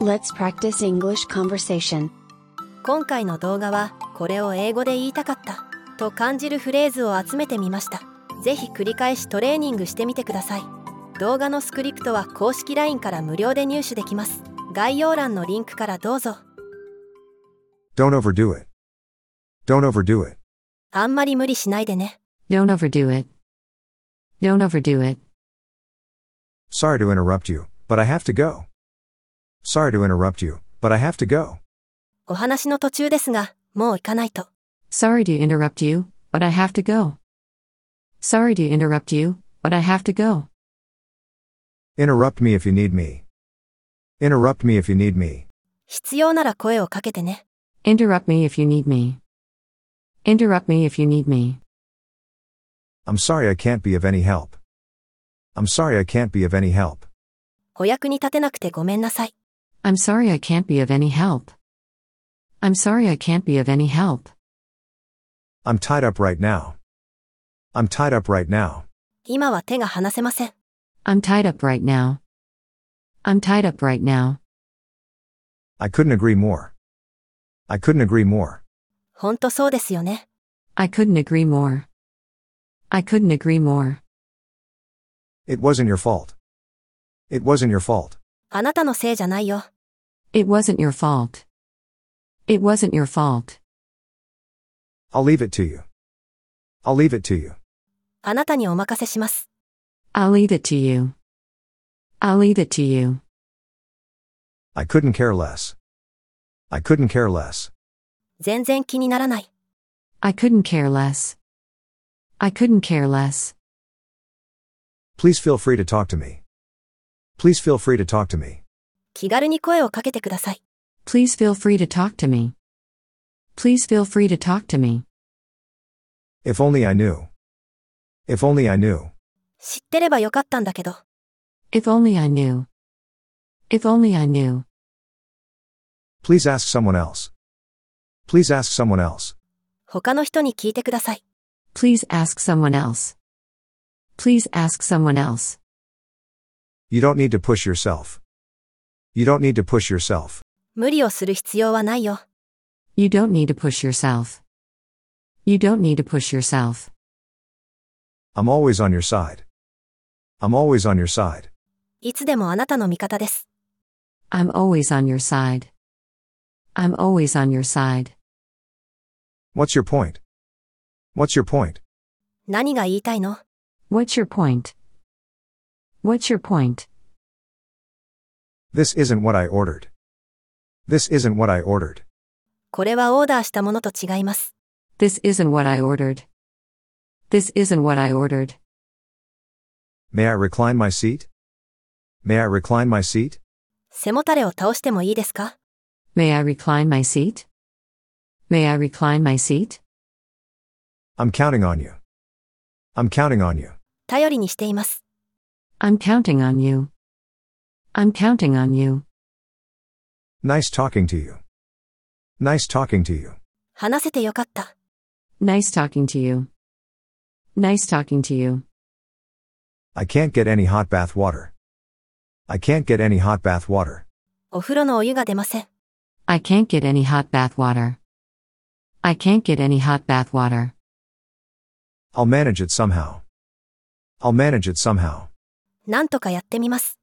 Let's practice English conversation. 今回の動画はこれを英語で言いたかったと感じるフレーズを集めてみましたぜひ繰り返しトレーニングしてみてください動画のスクリプトは公式 LINE から無料で入手できます概要欄のリンクからどうぞ Don't overdo it. Don't overdo it. あんまり無理しないでね Don't overdo it. Don't overdo it. Sorry to interrupt you, but I have to go. Sorry to interrupt you, but I have to go. お話の途中ですがもう行かないと Sorry to interrupt you, but I have to go. Sorry to interrupt you, but I have to go. Interrupt me if you need me. Interrupt me if you need me. 必要なら声をかけてね Interrupt me if you need me. Interrupt me if you need me. I'm sorry I can't be of any help. I'm sorry I can't be of any help. お役に立てなくてごめんなさい I'm sorry I can't be of any help. I'm sorry I can't be of any help. I'm tied up right now. I'm tied up right now. 今は手が離せません I'm tied up right now. I'm tied up right now. I couldn't agree more. I couldn't agree more. ほんとそうですよね I couldn't agree more. I couldn't agree more. It wasn't your fault. It wasn't your fault. あなたのせいじゃないよ It wasn't your fault. It wasn't your fault. I'll leave it to you. I'll leave it to you. あなたにお任せします I'll leave it to you. I'll leave it to you. I couldn't care less. I couldn't care less. 全然気にならない I couldn't care less. I couldn't care less. Please feel free to talk to me. Please feel free to talk to me. 気軽に声をかけてください Please feel free to talk to me. Please feel free to talk to me. If only I knew. If only I knew. 知ってればよかったんだけど If only I knew. If only I knew. Please ask someone else. Please ask someone else. 他の人に聞いてください Please ask someone else. Please ask someone else. You don't need to push yourself. You don't need to push yourself. 無理をする必要はないよ You don't need to push yourself. You don't need to push yourself. I'm always on your side. I'm always on your side. いつでもあなたの味方です I'm always on your side. I'm always on your side. What's your point? What's your point? 何が言いたいの What's your point? What's your point? This isn't what I ordered. This isn't what I ordered. これはオーダーしたものと違います。 This isn't what I ordered. This isn't what I ordered. May I recline my seat? May I recline my seat? 背もたれを倒してもいいですか May I recline my seat? May I recline my seat? I'm counting on you. I'm counting on you. 頼りにしています。 I'm counting on you. I'm counting on you. Nice talking to you. Nice talking to you. 話せてよかった。 Nice talking to you. Nice talking to you. I can't get any hot bath water. I can't get any hot bath water. お風呂のお湯が出ません。 I can't get any hot bath water. I can't get any hot bath water. I'll manage it somehow. I'll manage it somehow. なんとかやってみます。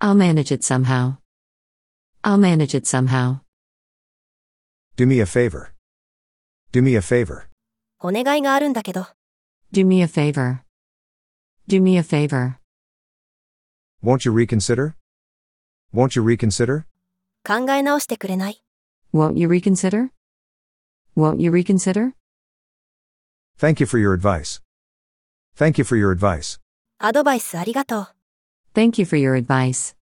I'll manage it somehow. I'll manage it somehow. Do me a favor. Do me a favor. お願いがあるんだけど、 Do me a favor. Do me a favor. Won't you reconsider? Won't you reconsider? 考え直してくれない。 Won't you reconsider? Won't you reconsider? Thank you for your advice. Thank you for your advice. アドバイスありがとう。 Thank you for your advice.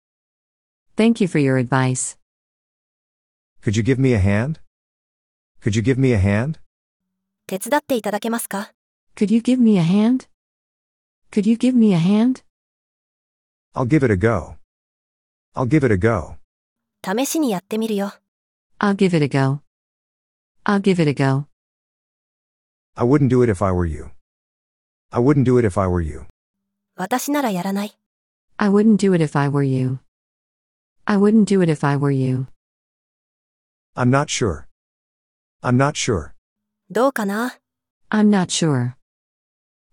Thank you for your advice. Could you give me a hand? Could you give me a hand? 手伝っていただけますか Could you give me a hand? Could you give me a hand? I'll give it a go. I'll give it a go. 試しにやってみるよ。 I'll give it a go. I'll give it a go. I wouldn't do it if I were you. I wouldn't do it if I were you. 私ならやらない。 I wouldn't do it if I were you. I wouldn't do it if I were you. I'm not sure. I'm not sure. どうかな I'm not sure.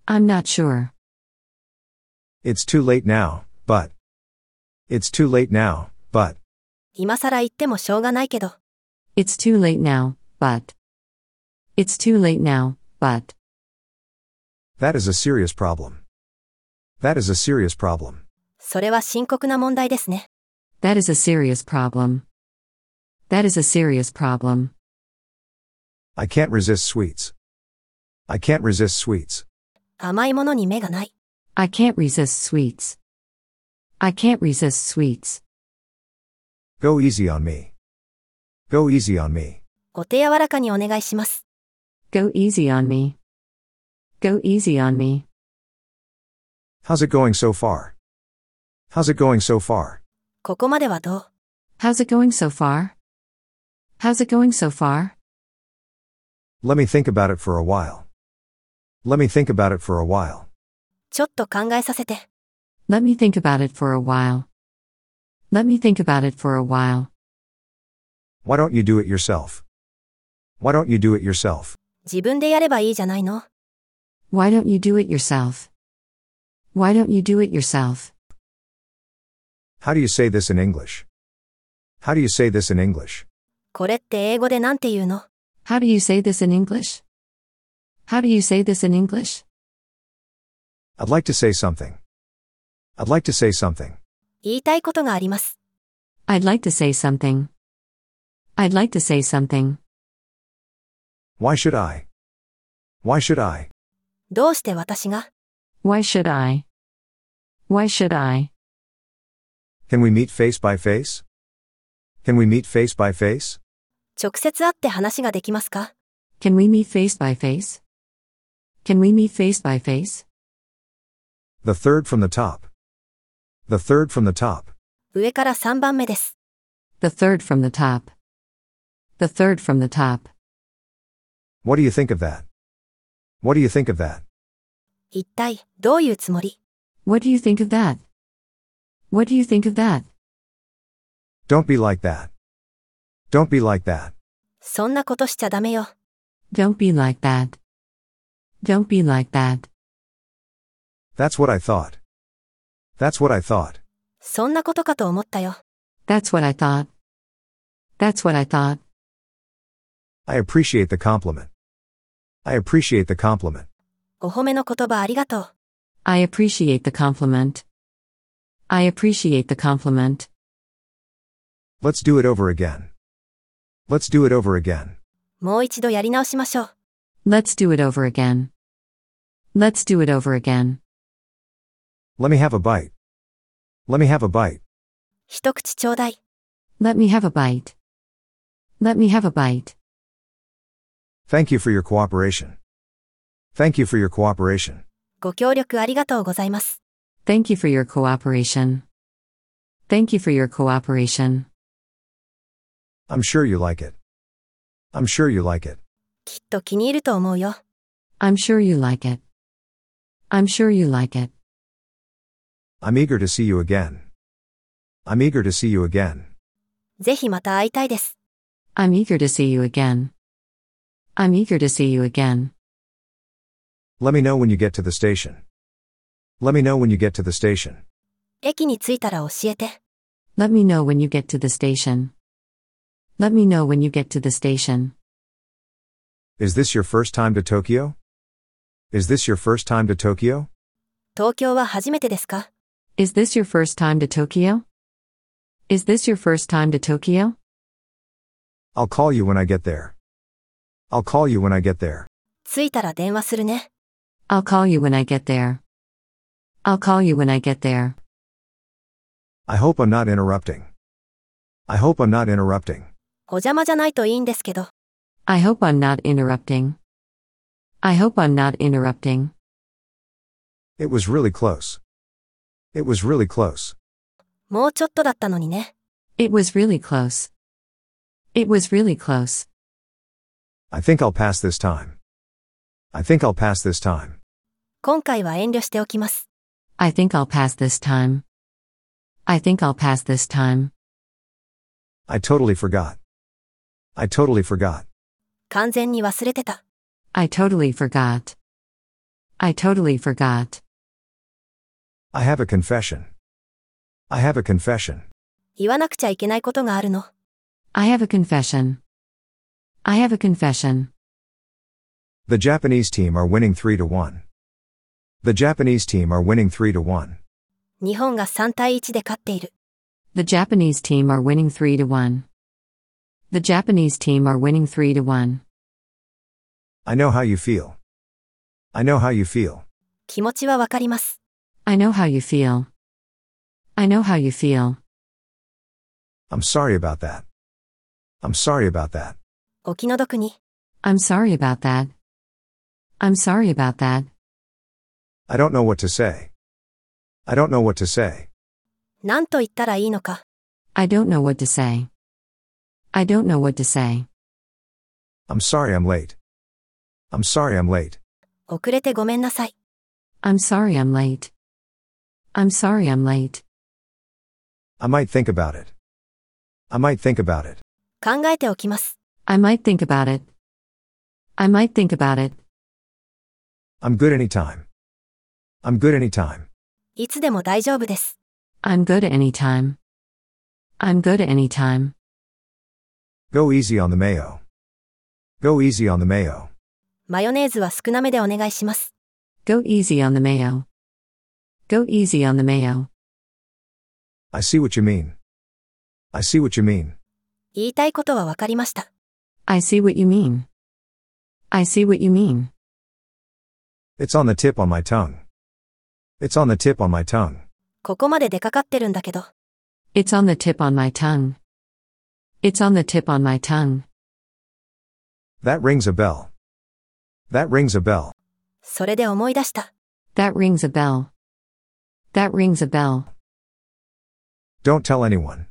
I'm not sure. It's too late now, but. It's too late now, but. 今更言ってもしょうがないけど、 It's too late now, but. It's too late now, but. That is a serious problem. That is a serious problem. それは深刻な問題ですね。 That is a serious problem. That is a serious problem. I can't resist sweets. I can't resist sweets. 甘いものに目がない。 I can't resist sweets. I can't resist sweets. Go easy on me. Go easy on me. お手柔らかにお願いします。 Go easy on me. Go easy on me. How's it going so far? How's it going so far? ここまではどう How's it going so far? How's it going so far? Let me think about it for a while. Let me think about it for a while. ちょっと考えさせて。 Let me think about it for a while. Let me think about it for a while. Why don't you do it yourself? Why don't you do it yourself? 自分でやればいいじゃないの Why don't you do it yourself? Why don't you do it yourself? How do you say this in English? How do you say this in English? これって英語でなんて言うの How do you say this in English? How do you say this in English? I'd like to say something. I'd like to say something. 言いたいことがあります。 I'd like to say something. I'd like to say something. Why should I? Why should I? どうして私が Why should I? Why should I? Can we meet face by face? Can we meet face by face? 直接会って話ができますか Can we meet face by face? Can we meet face by face? The third from the top. The third from the top. 上から3番目です。 The third from the top. The third from the top. What do you think of that? What do you think of that? 一体、どういうつもり What do you think of that? What do you think of that? Don't be like that. Don't be like that. そんなことしちゃダメよ。 Don't be like that. Don't be like that. That's what I thought. That's what I thought. そんなことかと思ったよ。 That's what I thought. That's what I thought. I appreciate the compliment. I appreciate the compliment. お褒めの言葉ありがとう。 I appreciate the compliment. I appreciate the compliment. Let's do it over again. Let's do it over again. もう一度やり直しましょう。 Let's do it over again. Let's do it over again. Let me have a bite. Let me have a bite. 一口ちょうだい。 Let me have a bite. Let me have a bite. Thank you for your cooperation. Thank you for your cooperation. ご協力ありがとうございます。 Thank you for your cooperation. Thank you for your cooperation. I'm sure you like it. I'm sure you like it. きっと気に入ると思うよ。 I'm sure you like it. I'm sure you like it. I'm eager to see you again. I'm eager to see you again. ぜひまた会いたいです。 I'm eager to see you again. I'm eager to see you again. Let me know when you get to the station. Let me know when you get to the station. 駅に着いたら教えて。 Let me know when you get to the station. Let me know when you get to the station. Is this your first time to Tokyo? Is this your first time to Tokyo? 東京は初めてですか Is this your first time to Tokyo? Is this your first time to Tokyo? I'll call you when I get there. I'll call you when I get there. 着いたら電話するね。 I'll call you when I get there. I'll call you when I get there. I hope I'm not interrupting. I hope I'm not interrupting. お邪魔じゃないといいんですけど。 I hope I'm not interrupting. I hope I'm not interrupting. It was really close. It was really close. もうちょっとだったのにね。 It was really close. It was really close. I think I'll pass this time. I think I'll pass this time. 今回は遠慮しておきます。 I think I'll pass this time. I think I'll pass this time. I totally forgot. I totally forgot. 完全に忘れてた。 I totally forgot. I totally forgot. I have a confession. I have a confession. 言わなくちゃいけないことがあるの。 I have a confession. I have a confession. The Japanese team are winning 3 to 1. The Japanese team are winning 3 to 1. 日本が3対1で勝っている。 The Japanese team are winning 3 to 1. The Japanese team are winning 3 to 1. I know how you feel. I know how you feel. 気持ちはわかります。 I know how you feel. I know how you feel. I'm sorry about that. I'm sorry about that. お気の毒に。 I'm sorry about that. I'm sorry about that. I don't know what to say. I don't know what to say. 何と言ったらいいのか。 I don't know what to say. I don't know what to say. I'm sorry I'm late. I'm sorry I'm late. 遅れてごめんなさい。 I'm sorry I'm late. I'm sorry I'm late. I might think about it. I might think about it. 考えておきます。 I might think about it. I might think about it. I'm good anytime. I'm good anytime. いつでも大丈夫です。 I'm good any time. I'm good any time. Go easy on the mayo. Go easy on the mayo. マヨネーズは少なめでお願いします。 Go easy on the mayo. Go easy on the mayo. I see what you mean. I see what you mean. 言いたいことはわかりました。 I see what you mean. I see what you mean. It's on the tip on my tongue. It's on the tip on my tongue. ここまで出かかってるんだけど、 It's on the tip on my tongue. It's on the tip on my tongue. That rings a bell. That rings a bell. それで思い出した。 That rings a bell. That rings a bell. Don't tell anyone.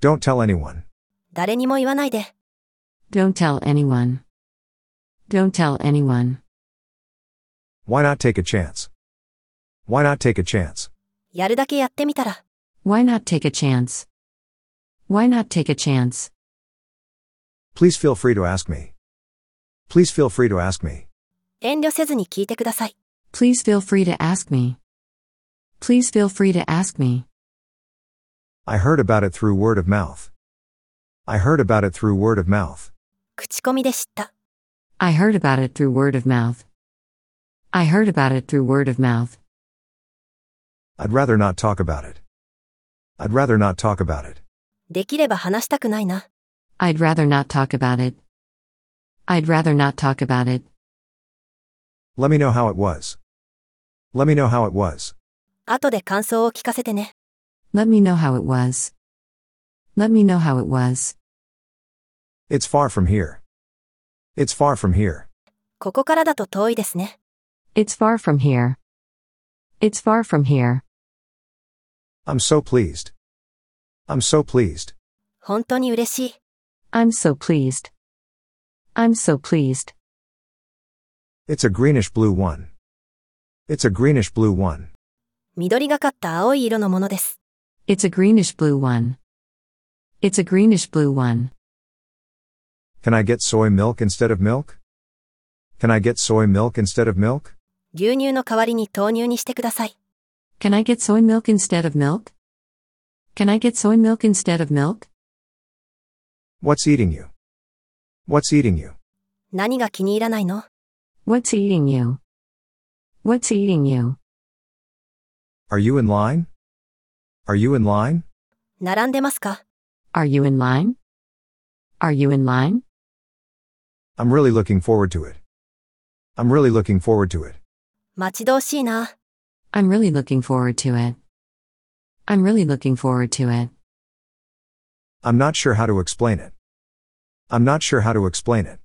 Don't tell anyone. 誰にも言わないで。 Don't tell anyone. Don't tell anyone. Why not take a chance? Why not take a chance? やるだけやってみたら、 Why not take a chance? Why not take a chance? Please feel free to ask me. Please feel free to ask me. 遠慮せずに聞いてください。 Please feel free to ask me. Please feel free to ask me. I heard about it through word of mouth. I heard about it through word of mouth. 口コミで知った。 I heard about it through word of mouth. I heard about it through word of mouth. I'd rather not talk about it. I'd rather not talk about it. できれば話したくないな。 I'd rather not talk about it. I'd rather not talk about it. Let me know how it was. Let me know how it was. 後で感想を聞かせてね。 Let me know how it was. Let me know how it was. It's far from here. It's far from here. ここからだと遠いですね。 It's far from here. It's far from here. I'm so pleased. I'm so pleased. 本当に嬉しい。 I'm so pleased. I'm so pleased. It's a greenish blue one. It's a greenish blue one. 緑がかった青い色のものです。 It's a greenish blue one. It's a greenish blue one. Can I get soy milk instead of milk? Can I get soy milk instead of milk? 牛乳の代わりに豆乳にしてください。 Can I get soy milk instead of milk? Can I get soy milk instead of milk? What's eating you? What's eating you? 何が気に入らないの What's eating you? What's eating you? Are you in line? Are you in line? 並んでますか Are you in line? Are you in line? I'm really looking forward to it. I'm really looking forward to it. 待ち遠しいな。 I'm really looking forward to it. I'm really looking forward to it. I'm not sure how to explain it. I'm not sure how to explain it.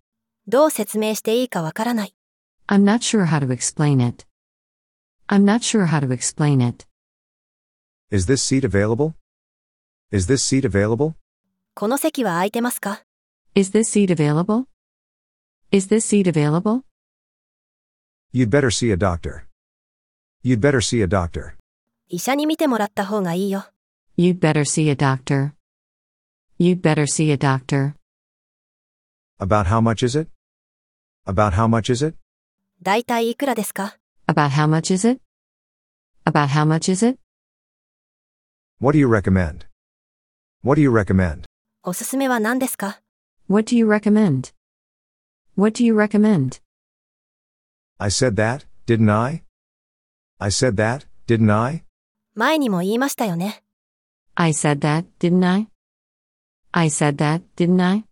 どう説明していいかわからない。 I'm not sure how to explain it. I'm not sure how to explain it. Is this seat available? Is this seat available? この席は空いてますか Is this seat available? Is this seat available? You'd better see a doctor. You'd better see a doctor. 医者に見てもらった方がいいよ。 You'd better see a doctor. You'd better see a doctor. About how much is it? About how much is it? だいたいいくらですか About how much is it? About how much is it? What do you recommend? What do you recommend? おすすめは何ですか What do you recommend? What do you recommend? I said that, didn't I? I said that, didn't I? 前にも言いましたよね。 I said that, didn't I? I said that, didn't I?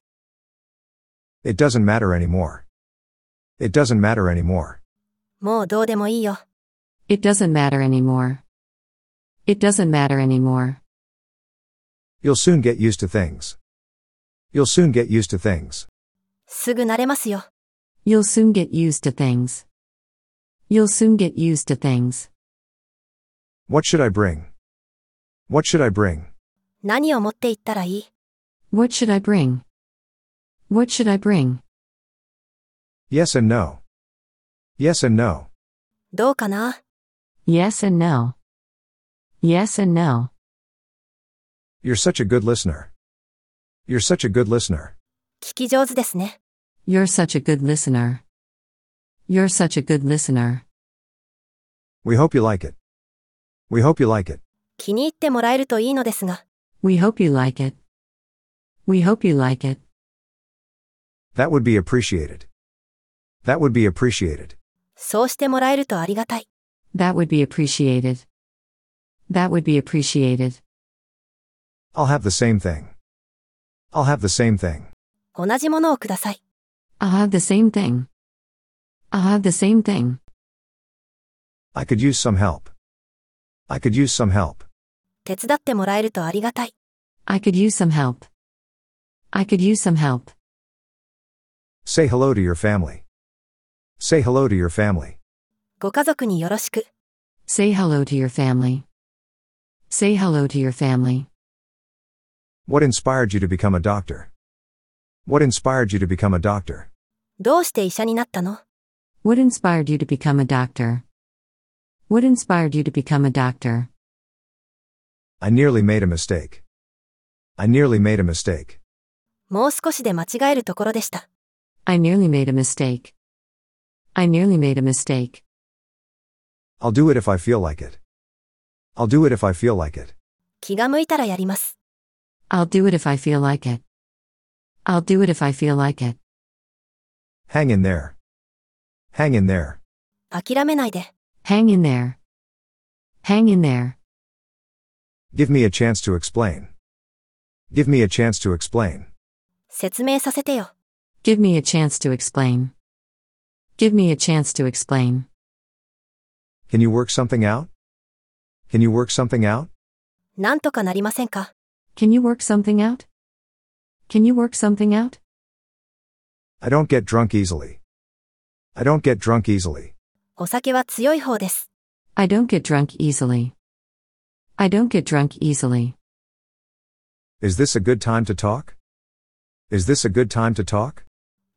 It doesn't matter anymore. It doesn't matter anymore. もうどうでもいいよ。 It doesn't matter anymore. It doesn't matter anymore. You'll soon get used to things. You'll soon get used to things. すぐ慣れますよ。 You'll soon get used to things. You'll soon get used to things. What should I bring? What should I bring? 何を持って行ったらいい What should I bring? What should I bring? Yes and no. Yes and no. どうかな Yes and no. Yes and no. You're such a good listener. You're such a good listener. 聞き上手ですね。 You're such a good listener. You're such a good listener. We hope you like it. We hope you like it. 気に入ってもらえるといいのですが、 We hope you like it. We hope you like it. That would be appreciated. That would be appreciated. そうしてもらえるとありがたい。 That would be appreciated. That would be appreciated. I'll have the same thing. I'll have the same thing. 同じものをください。 I'll have the same thing. I'll have the same thing. I could use some help. I could use some help. 手伝ってもらえるとありがたい。 I could use some help. I could use some help. Say hello to your family. Say hello to your family. ご家族によろしく。 Say hello to your family. Say hello to your family. What inspired you to become a doctor? What inspired you to become a doctor? どうして医者になったの What inspired you to become a doctor? What inspired you to become a doctor? I nearly made a mistake. I nearly made a mistake. もう少しで間違えるところでした。 I nearly made a mistake. I nearly made a mistake. I'll do it if I feel like it. I'll do it if I feel like it. 気が向いたらやります。 I'll do it if I feel like it. I'll do it if I feel like it. Hang in there. Hang in there. 諦めないで。 Hang in there. Hang in there. Give me a chance to explain. Give me a chance to explain. 説明させてよ。 Give me a chance to explain. Give me a chance to explain. Can you work something out? Can you work something out? なんとかなりませんか Can you work something out? Can you work something out? I don't get drunk easily. I don't get drunk easily. お酒は強い方です。 I don't get drunk easily. I don't get drunk easily. Is this a good time to talk? Is this a good time to talk?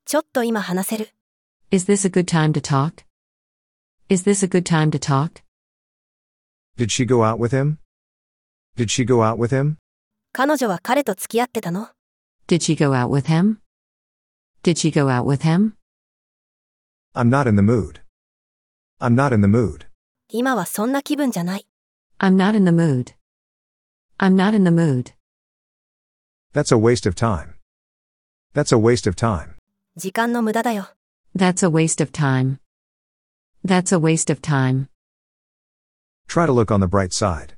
ちょっと今話せる。 Is this a good time to talk? Is this a good time to talk? Did she go out with him? Did she go out with him? 彼女は彼と付き合ってたの Did she go out with him? Did she go out with him? I'm not in the mood. I'm not in the mood. 今はそんな気分じゃない。 I'm not in the mood. I'm not in the mood. That's a waste of time. That's a waste of time. 時間の無駄だよ。 That's a waste of time. That's a waste of time. Try to look on the bright side.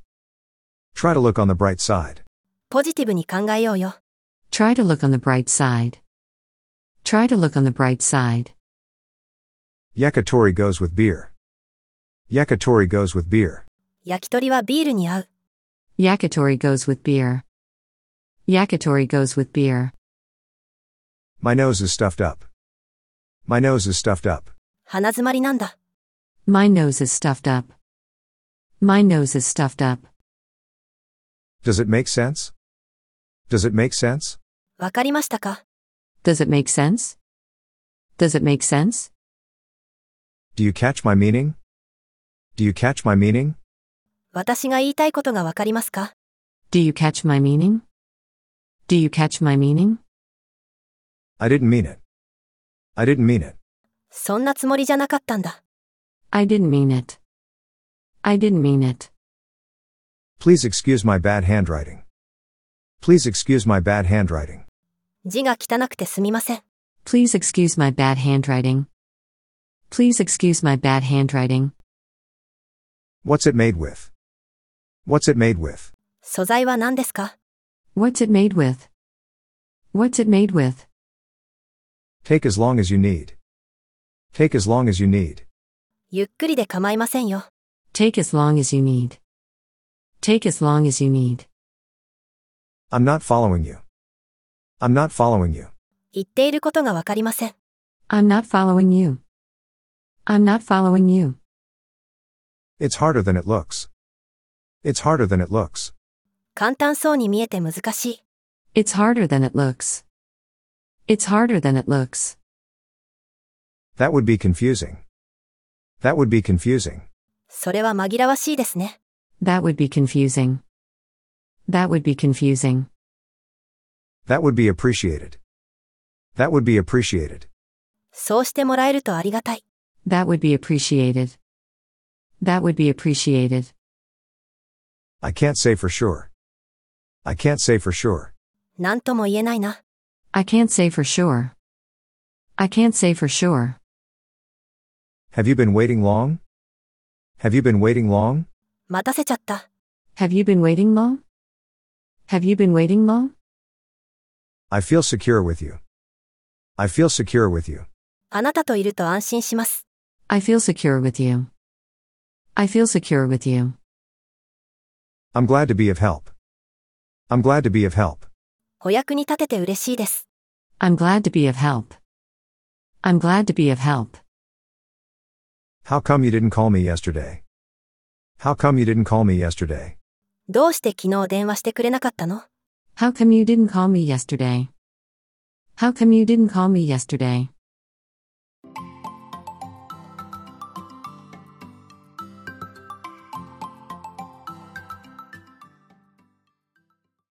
Try to look on the bright side. ポジティブに考えようよ。 Try to look on the bright side. Try to look on the bright side. Yakitori goes with beer. Yakitori goes with beer. 焼き鳥はビールに合う。 Yakitori goes with beer. Yakitori goes with beer. My nose is stuffed up. My nose is stuffed up. 鼻詰まりなんだ。 My nose is stuffed up. My nose is stuffed up. Does it make sense? Does it make sense? わかりましたか Does it make sense? Does it make sense? Do you catch my meaning? Do you catch my meaning? 私が言いたいことがわかりますか Do you catch my meaning? Do Do you catch my meaning? I didn't mean it. I didn't mean it. そんなつもりじゃなかったんだ。 I didn't mean it. I didn't mean it. Please excuse my bad handwriting. Please excuse my bad handwriting. 字が汚くてすみません。 Please excuse my bad handwriting. Please excuse my bad handwriting. What's it made with? What's it made with? 素材は何ですか What's it made with? What's it made with? Take as long as you need. Take as long as you need. ゆっくりで構いませんよ。 Take as long as you need. Take as long as you need. I'm not following you. I'm not following you. 言っていることがわかりません。 I'm not following you. I'm not following you. It's harder than it looks. It's harder than it looks. 簡単そうに見えて難しい。 It's harder than it looks. It's harder than it looks. That would be confusing. That would be confusing. それは紛らわしいですね。 That would be confusing. That would be confusing. That would be appreciated. That would be appreciated. そうしてもらえるとありがたい。 That would be appreciated. That would be appreciated. I can't say for sure. I can't say for sure. なんとも言えないな。 I can't say for sure. I can't say for sure. Have you been waiting long? Have you been waiting long? 待たせちゃった。 Have you been waiting long? Have you been waiting long? I feel secure with you. I feel secure with you. あなたといると安心します。 I feel secure with you. I feel secure with you. I'm glad to be of help. I'm glad to be of help. お役に立てて嬉しいです。 I'm glad to be of help. I'm glad to be of help. How come you didn't call me yesterday? How come you didn't call me yesterday? どうして昨日電話してくれなかったの How come you didn't call me yesterday? How come you didn't call me yesterday?